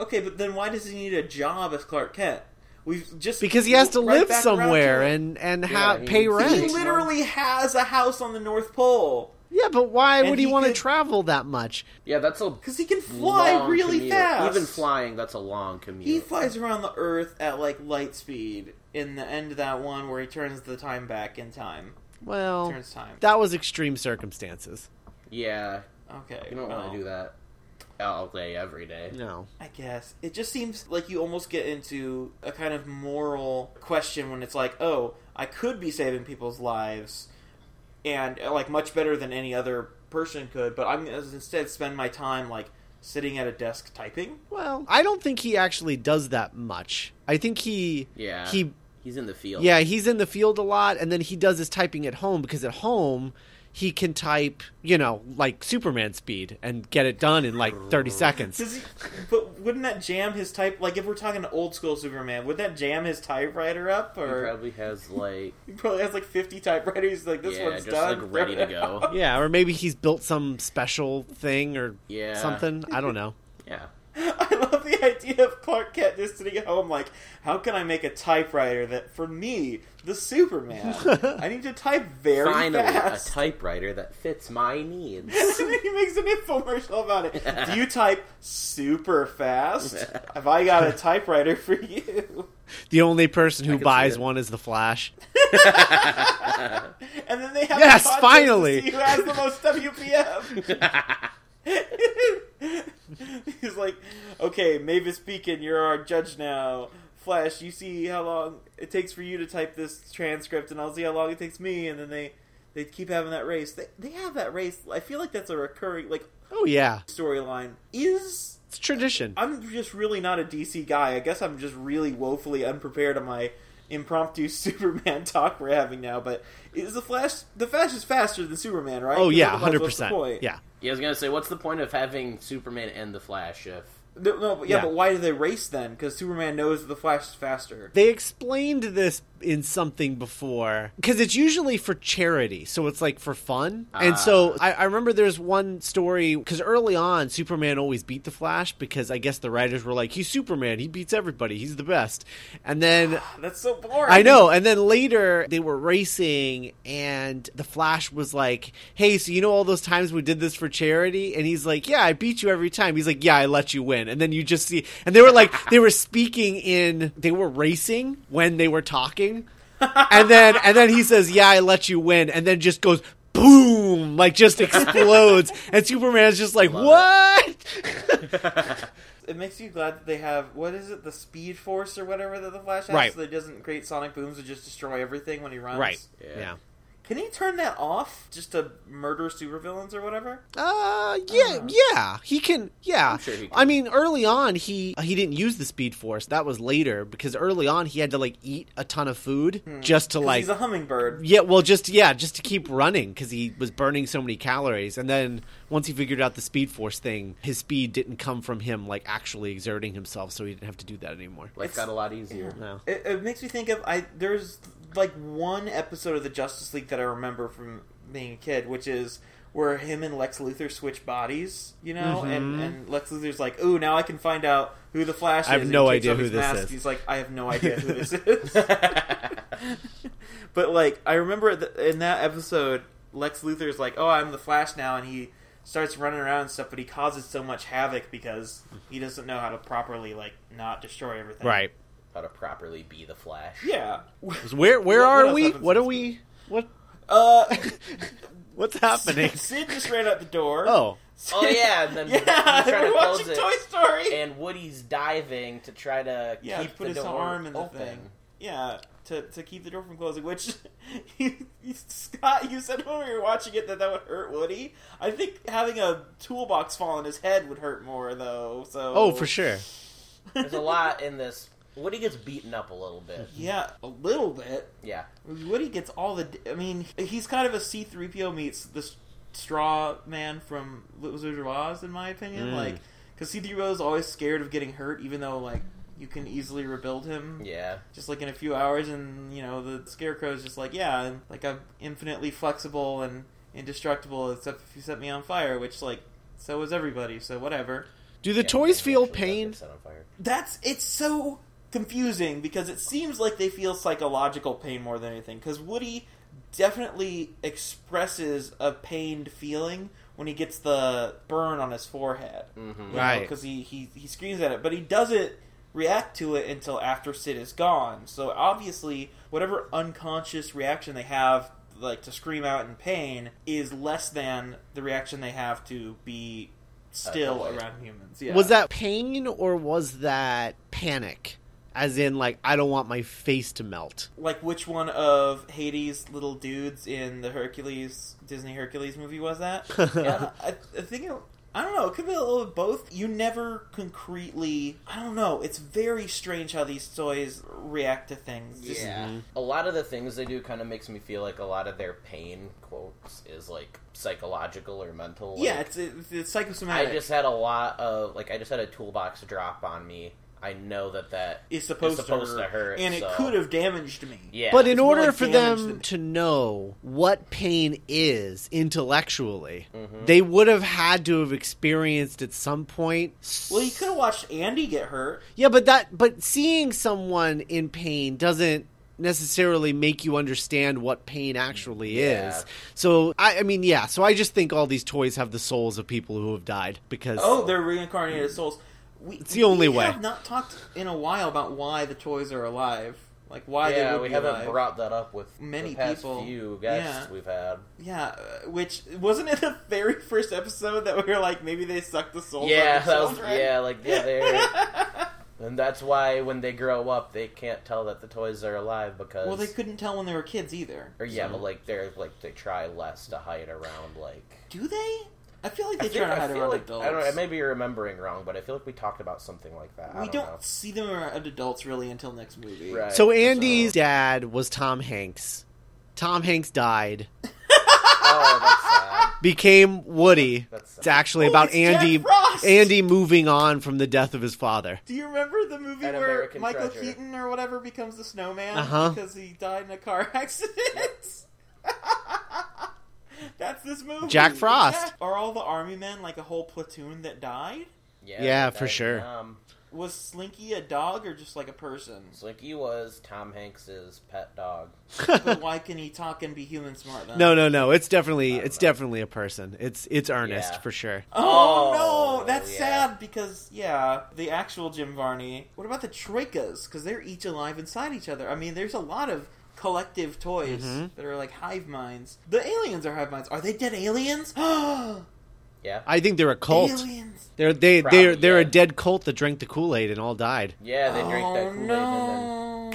Speaker 2: okay? But then why does he need a job as Clark Kent? We've just
Speaker 4: because he has to
Speaker 2: right
Speaker 4: live
Speaker 2: back around
Speaker 4: somewhere
Speaker 2: to-
Speaker 4: and and
Speaker 3: Yeah,
Speaker 4: ha-
Speaker 3: he
Speaker 4: pay
Speaker 3: needs to
Speaker 4: rent.
Speaker 2: he literally has a house on the North Pole
Speaker 4: yeah, but why
Speaker 2: And
Speaker 4: would he,
Speaker 2: he
Speaker 4: want to
Speaker 2: could-
Speaker 4: travel that much?
Speaker 3: yeah. That's a
Speaker 2: because he can fly
Speaker 3: long
Speaker 2: really
Speaker 3: commute.
Speaker 2: fast.
Speaker 3: Even flying, that's a long commute.
Speaker 2: He flies around the Earth at like light speed in the end of that one where he turns the time back in time.
Speaker 4: Well,
Speaker 2: Turns time.
Speaker 4: Oh. that was extreme circumstances.
Speaker 3: Yeah,
Speaker 2: Okay.
Speaker 3: you don't
Speaker 2: well,
Speaker 3: want to do that all day, every day.
Speaker 4: No,
Speaker 2: I guess. It just seems like you almost get into a kind of moral question when it's like, oh, I could be saving people's lives and uh, like much better than any other person could, but I'm going to instead spend my time like sitting at a desk typing.
Speaker 4: well, I don't think he actually does that much. I think he
Speaker 3: Yeah,
Speaker 4: he
Speaker 3: he's in the field.
Speaker 4: yeah he's in the field a lot, and then he does his typing at home because at home he can type, you know, like Superman speed and get it done in like 30 seconds.
Speaker 2: Does he, but wouldn't that jam his type? Like if we're talking old school Superman, would that jam his typewriter up?
Speaker 3: He
Speaker 2: Or
Speaker 3: probably has like
Speaker 2: he probably has like fifty typewriters. Like this
Speaker 3: yeah,
Speaker 2: one's
Speaker 3: just
Speaker 2: done,
Speaker 3: like ready to go.
Speaker 4: Yeah, or maybe he's built some special thing or
Speaker 3: Yeah.
Speaker 4: something. I don't know.
Speaker 3: Yeah.
Speaker 2: I love the idea of Clark Kent just sitting at home, like, how can I make a typewriter that for me, the Superman, I need to type very
Speaker 3: Finally,
Speaker 2: fast.
Speaker 3: a typewriter that fits my
Speaker 2: and
Speaker 3: needs.
Speaker 2: then he makes an infomercial about it. Do you type super fast? Have I got a typewriter for you?
Speaker 4: The only person
Speaker 3: I
Speaker 4: who
Speaker 3: can see
Speaker 4: buys
Speaker 3: it.
Speaker 4: one is the Flash.
Speaker 2: And then they have
Speaker 4: Yes,
Speaker 2: a contest
Speaker 4: finally.
Speaker 2: to see who has the most WPF. He's like, okay, Mavis Beacon, you're our judge now. Flash, you see how long it takes for you to type this transcript, and I'll see how long it takes me. And then they they keep having that race. They they have that race. I feel like that's a recurring like
Speaker 4: Oh yeah,
Speaker 2: storyline. Is
Speaker 4: it's tradition.
Speaker 2: I'm just really not a DC guy. I guess I'm just really woefully unprepared on my impromptu Superman talk we're having now. But is the Flash? The Flash is faster than Superman, right?
Speaker 4: Oh
Speaker 2: 'Cause
Speaker 4: yeah,
Speaker 2: otherwise,
Speaker 4: hundred
Speaker 2: what's the
Speaker 4: percent.
Speaker 2: point?
Speaker 4: Yeah,
Speaker 3: Yeah, I was gonna say, what's the point of having Superman and the Flash if
Speaker 2: No, no, but yeah,
Speaker 4: Yeah.
Speaker 2: but why do they race then? Because Superman knows that the Flash is faster.
Speaker 4: they explained this in something before because it's usually for charity, so it's like for fun.
Speaker 3: Ah.
Speaker 4: And so I, I remember there's one story because early on Superman always beat the Flash because I guess the writers were like, "He's Superman. He beats everybody. He's the best." And then
Speaker 2: That's so boring.
Speaker 4: I know. And then later they were racing, and the Flash was like, "Hey, so you know all those times we did this for charity?" And he's like, "Yeah, I beat you every time." He's like, "Yeah, I let you win." And then you just see, and they were like, they were speaking in, they were racing when they were talking, and then and then he says, "Yeah, I let you win," and then just goes. Boom! Like just explodes, and Superman's just like, "What?"
Speaker 2: It makes you glad that they have what is it? The Speed Force or whatever that the Flash has,
Speaker 4: Right.
Speaker 2: so that he doesn't create sonic booms and just destroy everything when he runs.
Speaker 4: right?
Speaker 3: Yeah.
Speaker 4: yeah.
Speaker 2: Can he turn that off just to murder supervillains or whatever?
Speaker 4: Uh, yeah, yeah, he can. Yeah,
Speaker 3: I'm sure he can.
Speaker 4: I mean, early on, he he didn't use the speed force. That was later because early on he had to like eat a ton of food
Speaker 3: Hmm.
Speaker 4: just to
Speaker 2: 'Cause
Speaker 4: like
Speaker 2: he's a hummingbird.
Speaker 4: yeah, well, just yeah, just to keep running because he was burning so many calories. And then once he figured out the speed force thing, his speed didn't come from him like actually exerting himself, so he didn't have to do that anymore.
Speaker 3: life
Speaker 2: It's-
Speaker 3: got a lot easier?
Speaker 4: No.
Speaker 2: It, it makes me think of I. There's like one episode of the Justice League that I remember from being a kid, which is where him and Lex Luthor switch bodies, you know, and, and Lex Luthor's like, "Ooh, now I can find out who the Flash is."
Speaker 4: Mm-hmm. I have
Speaker 2: and he
Speaker 4: no
Speaker 2: takes
Speaker 4: idea
Speaker 2: off
Speaker 4: who
Speaker 2: his
Speaker 4: this
Speaker 2: mask.
Speaker 4: is.
Speaker 2: He's like, "I have no idea who this is." but like, I remember th- in that episode, Lex Luthor's like, "Oh, I'm the Flash now," and he starts running around and stuff, but he causes so much havoc because he doesn't know how to properly like not destroy everything.
Speaker 4: Right.
Speaker 3: How to properly be the Flash?
Speaker 2: Yeah.
Speaker 4: Where where
Speaker 2: What- what
Speaker 4: are
Speaker 2: else
Speaker 4: we?
Speaker 2: happens
Speaker 4: What
Speaker 2: in
Speaker 4: are we? What
Speaker 2: Uh,
Speaker 4: what's happening?
Speaker 2: Sid just ran out the door.
Speaker 4: oh,
Speaker 3: Oh yeah, and then
Speaker 2: yeah,
Speaker 3: he's trying
Speaker 2: we're
Speaker 3: to
Speaker 2: watching
Speaker 3: close it,
Speaker 2: Toy Story.
Speaker 3: and Woody's diving to try to
Speaker 2: yeah,
Speaker 3: keep
Speaker 2: put
Speaker 3: the
Speaker 2: his
Speaker 3: door
Speaker 2: arm in the
Speaker 3: open.
Speaker 2: thing. Yeah, to, to keep the door from closing. Which, you, you- Scott, you said when we were watching it that that would hurt Woody. I think having a toolbox fall on his head would hurt more though. So
Speaker 4: oh, for sure.
Speaker 3: There's a lot in this. Woody gets beaten up a little bit.
Speaker 2: yeah, a little bit.
Speaker 3: Yeah,
Speaker 2: Woody gets all the. I mean, he's kind of a C three PO meets the s- straw man from Wizard of Oz, in my opinion.
Speaker 4: Mm.
Speaker 2: Like, because C three PO is always scared of getting hurt, even though like you can easily rebuild him.
Speaker 3: yeah.
Speaker 2: Just like in a few hours, and you know the scarecrow's just like, yeah, and, like I'm infinitely flexible and indestructible, except if you set me on fire, which like so is everybody, so whatever.
Speaker 4: Do the
Speaker 3: Yeah,
Speaker 4: toys
Speaker 3: he
Speaker 4: feel
Speaker 3: actually does
Speaker 4: pain?
Speaker 3: get set on fire.
Speaker 2: That's it's so confusing because it seems like they feel psychological pain more than anything. Because Woody definitely expresses a pained feeling when he gets the burn on his forehead,
Speaker 3: Mhm.
Speaker 4: Right.
Speaker 2: Because he, he he screams at it, but he doesn't react to it until after Sid is gone. So obviously, whatever unconscious reaction they have. Like to scream out in pain is less than the reaction they have to be still
Speaker 3: Annoyed.
Speaker 2: around humans. Yeah.
Speaker 4: Was that pain or was that panic? As in, like, I don't want my face to melt.
Speaker 2: like which one of Hades' little dudes in the Hercules Disney Hercules movie was that? yeah, I, I think it, I don't know. It could be a little of both. You never concretely. I don't know. It's very strange how these toys react to things. Just-
Speaker 3: Yeah. A lot of the things they do kind of makes me feel like a lot of their pain quotes is like psychological or mental.
Speaker 2: yeah.
Speaker 3: like,
Speaker 2: It's it's, it's
Speaker 3: I
Speaker 2: psychosomatic.
Speaker 3: just had a lot of like I just had a toolbox drop on me. I know that that
Speaker 2: it's supposed,
Speaker 3: it's supposed to hurt,
Speaker 2: and it
Speaker 3: so-
Speaker 2: could have damaged me.
Speaker 3: yeah.
Speaker 4: But in
Speaker 2: it's more
Speaker 4: order
Speaker 2: like
Speaker 4: for
Speaker 2: damage
Speaker 4: them
Speaker 2: than-
Speaker 4: to know what pain is intellectually,
Speaker 2: Mm-hmm.
Speaker 4: they would have had to have experienced at some point.
Speaker 2: Well, you could have watched Andy get hurt.
Speaker 4: Yeah, but that but seeing someone in pain doesn't necessarily make you understand what pain actually
Speaker 3: Yeah.
Speaker 4: is. So I, I mean, yeah. So I just think all these toys have the souls of people who have died because
Speaker 2: Oh, they're reincarnated souls. We, it's
Speaker 4: the only
Speaker 2: we
Speaker 4: way.
Speaker 2: have not talked in a while about why the toys are alive. Like why they
Speaker 3: yeah,
Speaker 2: would
Speaker 3: we
Speaker 2: be
Speaker 3: haven't
Speaker 2: alive.
Speaker 3: brought that up with
Speaker 2: Many
Speaker 3: the past
Speaker 2: people-
Speaker 3: few guests
Speaker 2: yeah.
Speaker 3: we've had.
Speaker 2: Yeah, uh, which wasn't it the very first episode that we were like, maybe they sucked the souls.
Speaker 3: yeah,
Speaker 2: out of
Speaker 3: that was,
Speaker 2: children?
Speaker 3: yeah, like yeah, they're and that's why when they grow up, they can't tell that the toys are alive because
Speaker 2: Well, they couldn't tell when they were kids either.
Speaker 3: or yeah, but like they're like they try less to hide around like.
Speaker 2: Do they? I feel like they
Speaker 3: I think-
Speaker 2: try to
Speaker 3: I
Speaker 2: hide
Speaker 3: feel
Speaker 2: around
Speaker 3: like,
Speaker 2: adults.
Speaker 3: I don't know. I may be remembering wrong, but I feel like we talked about something like that. I
Speaker 2: we
Speaker 3: don't,
Speaker 2: don't, see them around adults really until next movie.
Speaker 3: know. Right.
Speaker 4: So Andy's dad was Tom Hanks. Tom Hanks died,
Speaker 3: oh, that's sad.
Speaker 4: became Woody.
Speaker 3: That's-
Speaker 4: It's actually
Speaker 2: Oh,
Speaker 4: about
Speaker 2: it's Jack
Speaker 4: Andy
Speaker 2: Frost!
Speaker 4: Andy moving on from the death of his father.
Speaker 2: Do you remember the movie
Speaker 3: An
Speaker 2: where
Speaker 3: American
Speaker 2: Michael
Speaker 3: Treasure.
Speaker 2: Keaton or whatever becomes the snowman
Speaker 4: Uh-huh.
Speaker 2: because he died in a car accident? That's this movie.
Speaker 4: Jack Frost.
Speaker 2: Yeah. Are all the army men like a whole platoon that died?
Speaker 3: Yeah,
Speaker 4: Yeah,
Speaker 3: that
Speaker 4: for
Speaker 3: is
Speaker 4: sure.
Speaker 3: dumb.
Speaker 2: Was Slinky a dog or just like a person?
Speaker 3: It's like he was Tom Hanks's pet dog.
Speaker 2: but why can he talk and be human smart then?
Speaker 4: No, no, no. It's definitely
Speaker 3: I don't
Speaker 4: it's
Speaker 3: know.
Speaker 4: definitely a person. It's it's Ernest
Speaker 3: Yeah.
Speaker 4: for sure.
Speaker 2: Oh,
Speaker 3: Oh,
Speaker 2: no, that's
Speaker 3: yeah.
Speaker 2: sad because yeah, the actual Jim Varney. What about the Troikas? Because they're each alive inside each other. I mean, there's a lot of collective toys
Speaker 4: Mhm.
Speaker 2: that are like hive minds. The aliens are hive minds. Are they dead aliens? aliens.
Speaker 3: Yeah,
Speaker 4: I think they're a cult. They're they they're
Speaker 3: Probably,
Speaker 4: they're a
Speaker 3: yeah.
Speaker 4: dead cult that drank the Kool Aid and all died.
Speaker 3: yeah, they drink that
Speaker 2: oh
Speaker 3: Kool-Aid and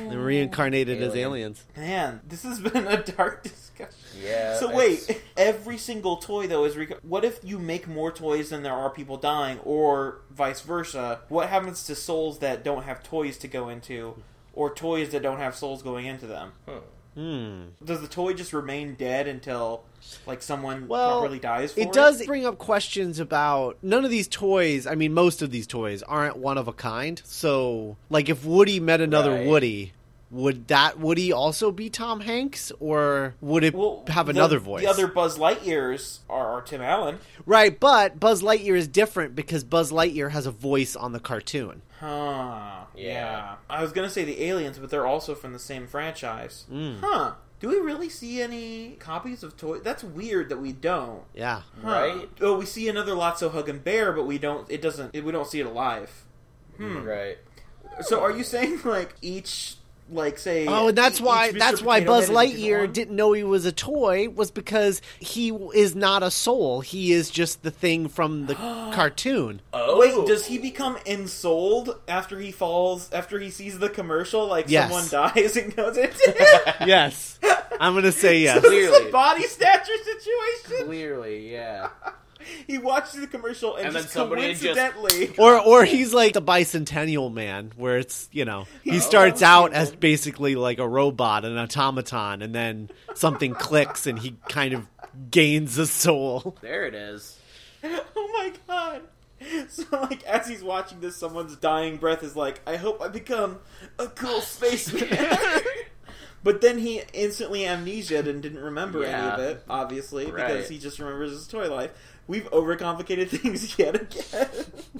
Speaker 2: no.
Speaker 4: They were reincarnated as
Speaker 3: Alien.
Speaker 4: aliens.
Speaker 2: Man, this has been a dark discussion.
Speaker 3: then yeah.
Speaker 2: So
Speaker 3: it's-
Speaker 2: wait, every single toy though is reco- what if you make more toys than there are people dying, or vice versa? What happens to souls that don't have toys to go into, or toys that don't have souls going into them?
Speaker 3: Hmm.
Speaker 4: Hmm.
Speaker 2: Does the toy just remain dead until like someone
Speaker 4: Well,
Speaker 2: properly dies for it?
Speaker 4: It does bring up questions about none of these toys. I mean, most of these toys aren't one of a kind. So, like, if Woody met another
Speaker 3: Right.
Speaker 4: Woody, would that Woody also be Tom Hanks, or would it
Speaker 2: Well,
Speaker 4: have
Speaker 2: the-
Speaker 4: another voice?
Speaker 2: The other Buzz Lightyears are Tim Allen.
Speaker 4: Right, but Buzz Lightyear is different because Buzz Lightyear has a voice on the cartoon.
Speaker 2: Huh. Yeah.
Speaker 3: Yeah.
Speaker 2: I was gonna say the aliens, but they're also from the same franchise.
Speaker 4: Mm.
Speaker 2: Huh. Do we really see any copies of toy? That's weird that we don't.
Speaker 4: Yeah.
Speaker 2: Huh.
Speaker 3: Right?
Speaker 2: Oh, we see another Lotso hug and bear, but we don't. It doesn't. It, we don't see it alive. Hmm.
Speaker 3: Right.
Speaker 2: So are you saying like each, like say?
Speaker 4: Oh, and that's
Speaker 2: each
Speaker 4: why
Speaker 2: Mr.
Speaker 4: that's why
Speaker 2: Potato
Speaker 4: Buz
Speaker 2: Head is a different
Speaker 4: Lightyear
Speaker 2: one?
Speaker 4: didn't know he was a toy was because he w- is not a soul. He is just the thing from the cartoon.
Speaker 3: Oh,
Speaker 2: Wait, does he become ensouled after he falls? After he sees the commercial, like
Speaker 4: Yes.
Speaker 2: someone dies and goes into him.
Speaker 4: Yes. I'm going to say yes.
Speaker 2: So this is
Speaker 3: Clearly.
Speaker 2: a body stature situation.
Speaker 3: Clearly, yeah.
Speaker 2: He watched the commercial and,
Speaker 3: And
Speaker 2: just
Speaker 3: then somebody just-
Speaker 2: coincidentally.
Speaker 4: Or or he's like the bicentennial man, where it's you know he
Speaker 2: Oh.
Speaker 4: starts out as basically like a robot, an automaton, and then something clicks and he kind of gains a soul.
Speaker 3: There it is.
Speaker 2: Oh my god. So like as he's watching this, someone's dying breath is like, I hope I become a cool spaceman. but then he instantly amnesia and didn't remember any of
Speaker 3: Yeah.
Speaker 2: it, obviously,
Speaker 3: Right.
Speaker 2: because he just remembers his toy life. We've overcomplicated things yet again.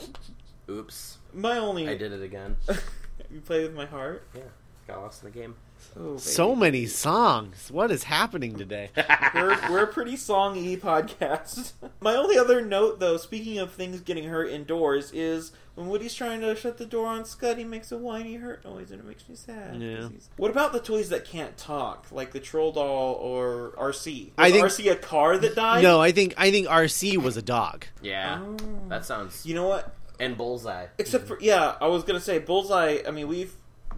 Speaker 3: Oops,
Speaker 2: my only
Speaker 3: I did it again.
Speaker 2: You play with my heart.
Speaker 3: Yeah, got lost in the game.
Speaker 2: Oh, baby.
Speaker 4: So many songs. What is happening today?
Speaker 2: we're, we're a pretty songy podcast. My only other note, though, speaking of things getting hurt indoors, is when Woody's trying to shut the door on Scud, he makes a whiny hurt noise, and it makes me sad. 'cause
Speaker 4: Yeah.
Speaker 2: he's- What about the toys that can't talk, like the troll doll or RC? Was
Speaker 4: I think-
Speaker 2: RC a car that died.
Speaker 4: No, I think I think RC was a dog.
Speaker 3: Yeah,
Speaker 2: Oh.
Speaker 3: that sounds.
Speaker 2: You know what?
Speaker 3: And bullseye.
Speaker 2: Except for yeah, I was gonna say Bullseye. I mean, we've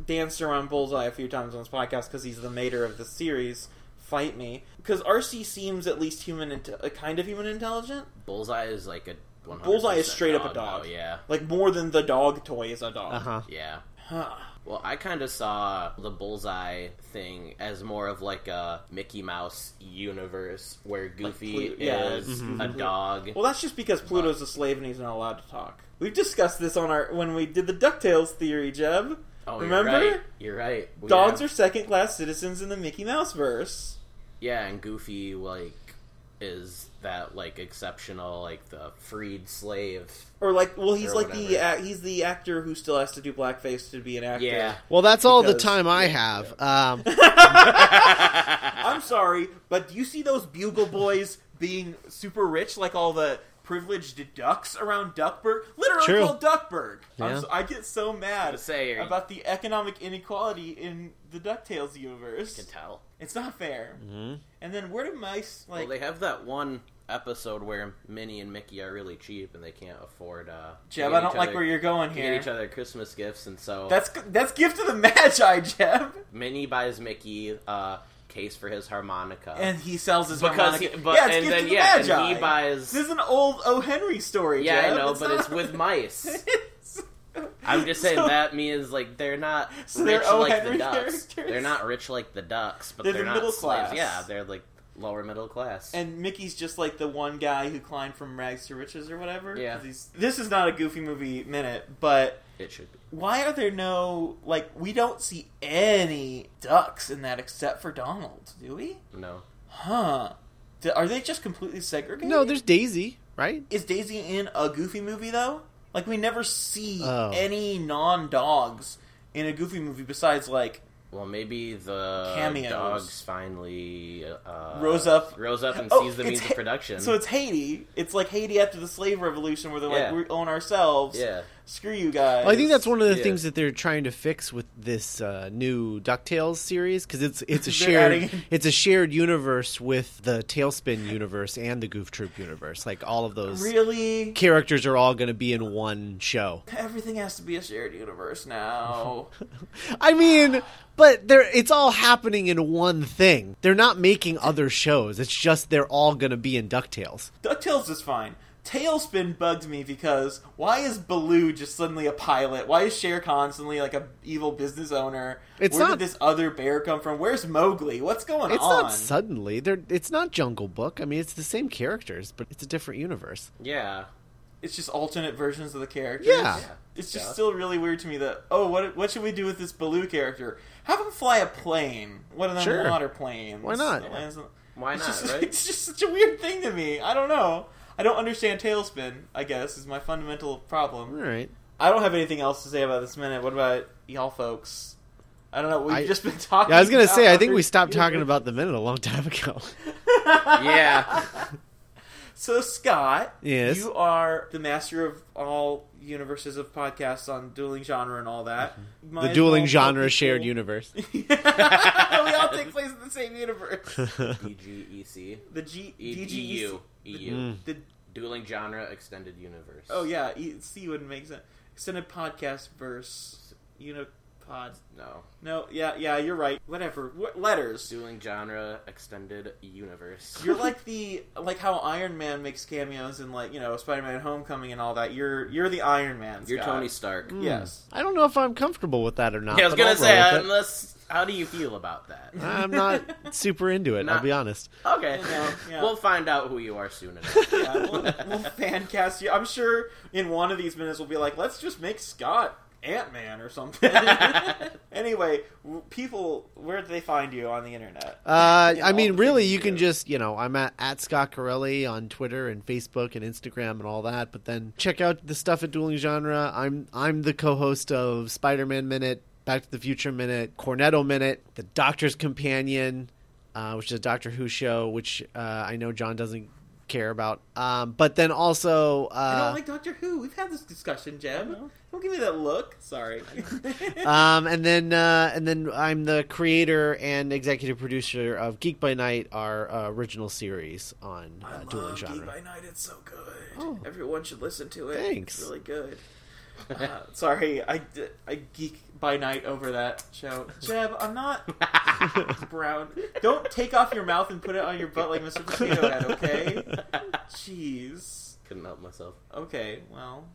Speaker 2: danced around Bullseye a few times on this podcast because he's the mater of the series. Fight me, because RC seems at least human, inte- uh, kind of human intelligent.
Speaker 3: Bullseye is like a
Speaker 2: Bullseye is straight up a dog.
Speaker 3: Oh, yeah.
Speaker 2: Like more than the dog toy is a dog.
Speaker 3: Uh-huh.
Speaker 4: Uh huh.
Speaker 3: Yeah.
Speaker 2: Huh.
Speaker 3: Well, I kind of saw the bullseye thing as more of like a Mickey Mouse universe where Goofy
Speaker 2: Pluto- yeah,
Speaker 3: is
Speaker 2: Mhm.
Speaker 3: a
Speaker 2: Pluto.
Speaker 3: dog.
Speaker 2: Well, that's just because Pluto's a slave and he's not allowed to talk. We've discussed this on our when we did the Ducktales theory, Jeb.
Speaker 3: Oh,
Speaker 2: remember?
Speaker 3: You're right. You're right. We
Speaker 2: Dogs
Speaker 3: have-
Speaker 2: are second class citizens in the Mickey Mouse verse.
Speaker 3: Yeah, and Goofy like is that like exceptional like the freed slave.
Speaker 2: Or like, well, he's
Speaker 3: Or
Speaker 2: like the uh,
Speaker 3: whatever.
Speaker 2: he's the actor who still has to do blackface to be an actor.
Speaker 3: Yeah.
Speaker 4: Well, that's all
Speaker 2: Because-
Speaker 4: the time I have. Um,
Speaker 2: I'm sorry, but do you see those bugle boys being super rich, like all the privileged ducks around Duckburg? Literally
Speaker 4: True.
Speaker 2: called Duckburg. I'm
Speaker 4: Yeah.
Speaker 2: so- I get so
Speaker 3: to
Speaker 2: mad
Speaker 3: say you
Speaker 2: about the economic inequality in the Ducktales universe.
Speaker 3: can tell.
Speaker 2: It's not fair.
Speaker 4: Mhm.
Speaker 2: And then where do mice like?
Speaker 3: well, they have that one episode where Minnie and Mickey are really cheap and they can't afford. uh to
Speaker 2: Jeb,
Speaker 3: get
Speaker 2: I don't
Speaker 3: each
Speaker 2: like
Speaker 3: other-
Speaker 2: where you're going
Speaker 3: to get
Speaker 2: here.
Speaker 3: each other Christmas gifts, and so
Speaker 2: That's that's gift of the Magi, Jeb.
Speaker 3: Minnie buys Mickey a case for his harmonica.
Speaker 2: And he sells his
Speaker 3: because he,
Speaker 2: harmonica.
Speaker 3: but
Speaker 2: yeah, it's
Speaker 3: and
Speaker 2: gift
Speaker 3: then
Speaker 2: of the
Speaker 3: yeah,
Speaker 2: Magi.
Speaker 3: and he buys.
Speaker 2: This is an old O. Henry story.
Speaker 3: yeah,
Speaker 2: Jeb.
Speaker 3: I know, but
Speaker 2: not-
Speaker 3: it's with mice.
Speaker 2: It's-
Speaker 3: I'm just saying
Speaker 2: So-
Speaker 3: that means like they're not
Speaker 2: So they're
Speaker 3: rich
Speaker 2: O.
Speaker 3: like
Speaker 2: Henry
Speaker 3: the ducks.
Speaker 2: characters?
Speaker 3: They're not rich like the ducks, but
Speaker 2: They're
Speaker 3: they're,
Speaker 2: the
Speaker 3: not
Speaker 2: middle
Speaker 3: slaves.
Speaker 2: class.
Speaker 3: Yeah, they're like lower middle class.
Speaker 2: And Mickey's just like the one guy who climbed from rags to riches or whatever.
Speaker 3: Yeah.
Speaker 2: 'Cause he's- this is not a goofy movie minute, but
Speaker 3: it should be.
Speaker 2: why are there no like we don't see any ducks in that except for Donald, do we?
Speaker 3: No.
Speaker 2: Huh? Do, are they just completely segregated?
Speaker 4: no, there's Daisy, right?
Speaker 2: is Daisy in a Goofy movie though? Like we never see
Speaker 4: Oh.
Speaker 2: any non dogs in a Goofy movie besides like
Speaker 3: Well, maybe the
Speaker 2: Cameos.
Speaker 3: dogs finally uh,
Speaker 2: Rose up.
Speaker 3: rose up, and
Speaker 2: Oh,
Speaker 3: sees the
Speaker 2: it's
Speaker 3: means
Speaker 2: Ha-
Speaker 3: of production.
Speaker 2: so it's Haiti. It's like Haiti after the slave revolution where they're
Speaker 3: Yeah.
Speaker 2: like we own ourselves.
Speaker 3: yeah,
Speaker 2: Screw you guys.
Speaker 4: Well, I think that's one of the
Speaker 3: Yeah.
Speaker 4: things that they're trying to fix with this uh, new Ducktales series because it's it's a
Speaker 2: They're
Speaker 4: shared
Speaker 2: adding-
Speaker 4: it's a shared universe with the Tailspin universe and the Goof Troop universe. Like all of those
Speaker 2: really
Speaker 4: characters are all going to be in one show.
Speaker 2: everything has to be a shared universe now.
Speaker 4: I mean, but they're it's all happening in one thing. They're not making other shows. It's just they're all going to be in Ducktales.
Speaker 2: Ducktales is fine. Tailspin bugged me because why is Baloo just suddenly a pilot? Why is Shere Khan suddenly like a evil business owner?
Speaker 4: It's
Speaker 2: Where
Speaker 4: not-
Speaker 2: did this other bear come from? Where's Mowgli? What's going
Speaker 4: It's
Speaker 2: on?
Speaker 4: not suddenly. They're it's not Jungle Book. I mean, it's the same characters, but it's a different universe.
Speaker 3: yeah,
Speaker 2: it's just alternate versions of the characters.
Speaker 4: Yeah.
Speaker 3: yeah.
Speaker 2: It's just
Speaker 3: Yeah.
Speaker 2: still really weird to me that oh what what should we do with this Baloo character? Have him fly a plane. One of them
Speaker 4: Sure.
Speaker 2: water planes.
Speaker 4: Why not?
Speaker 2: that lands on-
Speaker 3: Why
Speaker 2: it's
Speaker 3: not?
Speaker 2: Just,
Speaker 3: right?
Speaker 2: It's just such a weird thing to me. I don't know. I don't understand Tailspin. I guess is my fundamental problem.
Speaker 4: All right.
Speaker 2: I don't have anything else to say about this minute. What about y'all folks? I don't know. We've
Speaker 4: I-
Speaker 2: just been talking.
Speaker 4: Yeah, I was gonna
Speaker 2: about
Speaker 4: say I think
Speaker 2: other
Speaker 4: we stopped talking
Speaker 2: universes.
Speaker 4: about the minute a long time ago.
Speaker 3: yeah.
Speaker 2: So Scott,
Speaker 4: Yes.
Speaker 2: you are the master of all universes of podcasts on dueling genre and all that. Might
Speaker 4: Mm-hmm. the
Speaker 2: as
Speaker 4: dueling
Speaker 2: well
Speaker 4: genre
Speaker 2: tell
Speaker 4: shared
Speaker 2: people-
Speaker 4: universe.
Speaker 2: we all take place in the same universe.
Speaker 3: E G E C
Speaker 2: The G
Speaker 3: E
Speaker 2: DGEC
Speaker 3: U EU
Speaker 4: Mm.
Speaker 2: The
Speaker 3: dueling genre extended universe.
Speaker 2: oh yeah, E- C wouldn't make sense. Extended podcast verse unipod.
Speaker 3: no.
Speaker 2: No, yeah, yeah, you're right. Whatever. What letters?
Speaker 3: Dueling genre extended universe.
Speaker 2: You're like the like how Iron Man makes cameos in like you know Spider-Man: Homecoming and all that. You're you're the Iron Man.
Speaker 3: You're
Speaker 2: Scott.
Speaker 3: Tony Stark.
Speaker 4: Hmm.
Speaker 2: Yes.
Speaker 4: I don't know if I'm comfortable with that or not.
Speaker 3: Yeah, I was
Speaker 4: but I'll
Speaker 3: gonna say,
Speaker 4: roll with
Speaker 3: unless how do you feel about that?
Speaker 4: it. I'm not super into it. I'll
Speaker 3: Nah.
Speaker 4: be honest.
Speaker 3: Okay,
Speaker 2: Yeah, yeah.
Speaker 3: we'll find out who you are soon enough.
Speaker 2: Yeah, we'll, we'll fan cast you. I'm sure in one of these minutes we'll be like, let's just make Scott Ant Man or something. anyway, w- people, where do they find you on the internet?
Speaker 4: Uh,
Speaker 2: Yeah,
Speaker 4: I
Speaker 2: all the
Speaker 4: mean,
Speaker 2: things
Speaker 4: really,
Speaker 2: you
Speaker 4: you can
Speaker 2: do.
Speaker 4: just you know I'm at, at Scott Corelli on Twitter and Facebook and Instagram and all that. But then check out the stuff at Dueling Genre. I'm I'm the co-host of Spider-Man Minute, Back to the Future Minute, Cornetto Minute, The Doctor's Companion, uh, which is a Doctor Who show, which uh, I know John doesn't care about. Um, but then also. Uh,
Speaker 2: I don't like Doctor Who. We've had this discussion, Jeb. Don't give me that look. Sorry.
Speaker 4: um, and then uh, and then I'm the creator and executive producer of Geek by Night, our uh, original series on uh, dueling genre.
Speaker 2: by Night. It's so good.
Speaker 4: Oh.
Speaker 2: Everyone should listen to it.
Speaker 4: Thanks.
Speaker 2: It's really good. Uh, sorry, I, d- I geek by night over that show. Jeb, I'm not brown. Don't take off your mouth and put it on your butt like Mr. Potato Head, okay? Jeez.
Speaker 3: couldn't help myself.
Speaker 2: Okay, well,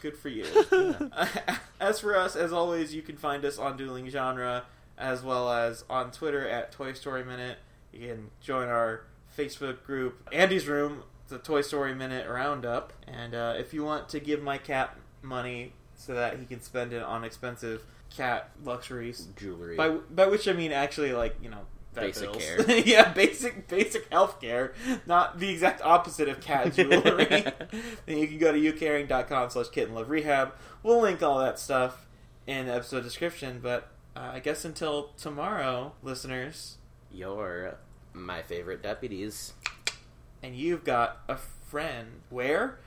Speaker 2: good for you.
Speaker 3: Yeah.
Speaker 2: as for us, as always, you can find us on Dueling Genre as well as on Twitter at Toy Story Minute. You can join our Facebook group, Andy's Room, the Toy Story Minute Roundup. And uh, if you want to give my cat money so that he can spend it on expensive cat luxuries,
Speaker 3: Jewelry.
Speaker 2: by, by which I mean actually, like, you know, vet
Speaker 3: Basic
Speaker 2: bills.
Speaker 3: care.
Speaker 2: yeah, basic basic health care. Not the exact opposite of cat jewelry. then you can go to youcaring.com slash kitten love rehab. We'll link all that stuff in the episode description. But uh, I guess until tomorrow, listeners,
Speaker 3: You're my favorite deputies.
Speaker 2: and you've got a friend. Where?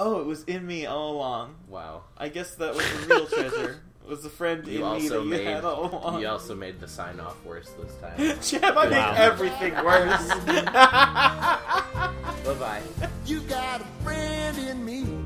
Speaker 2: Oh, it was in me all along.
Speaker 3: Wow.
Speaker 2: I guess that was the real treasure. Was the friend
Speaker 3: You
Speaker 2: in me that
Speaker 3: also
Speaker 2: you
Speaker 3: made
Speaker 2: had all along?
Speaker 3: you also made the sign off worse this time.
Speaker 2: Jeb, I
Speaker 4: Wow.
Speaker 2: made everything worse.
Speaker 3: bye bye.
Speaker 1: You got a friend in me.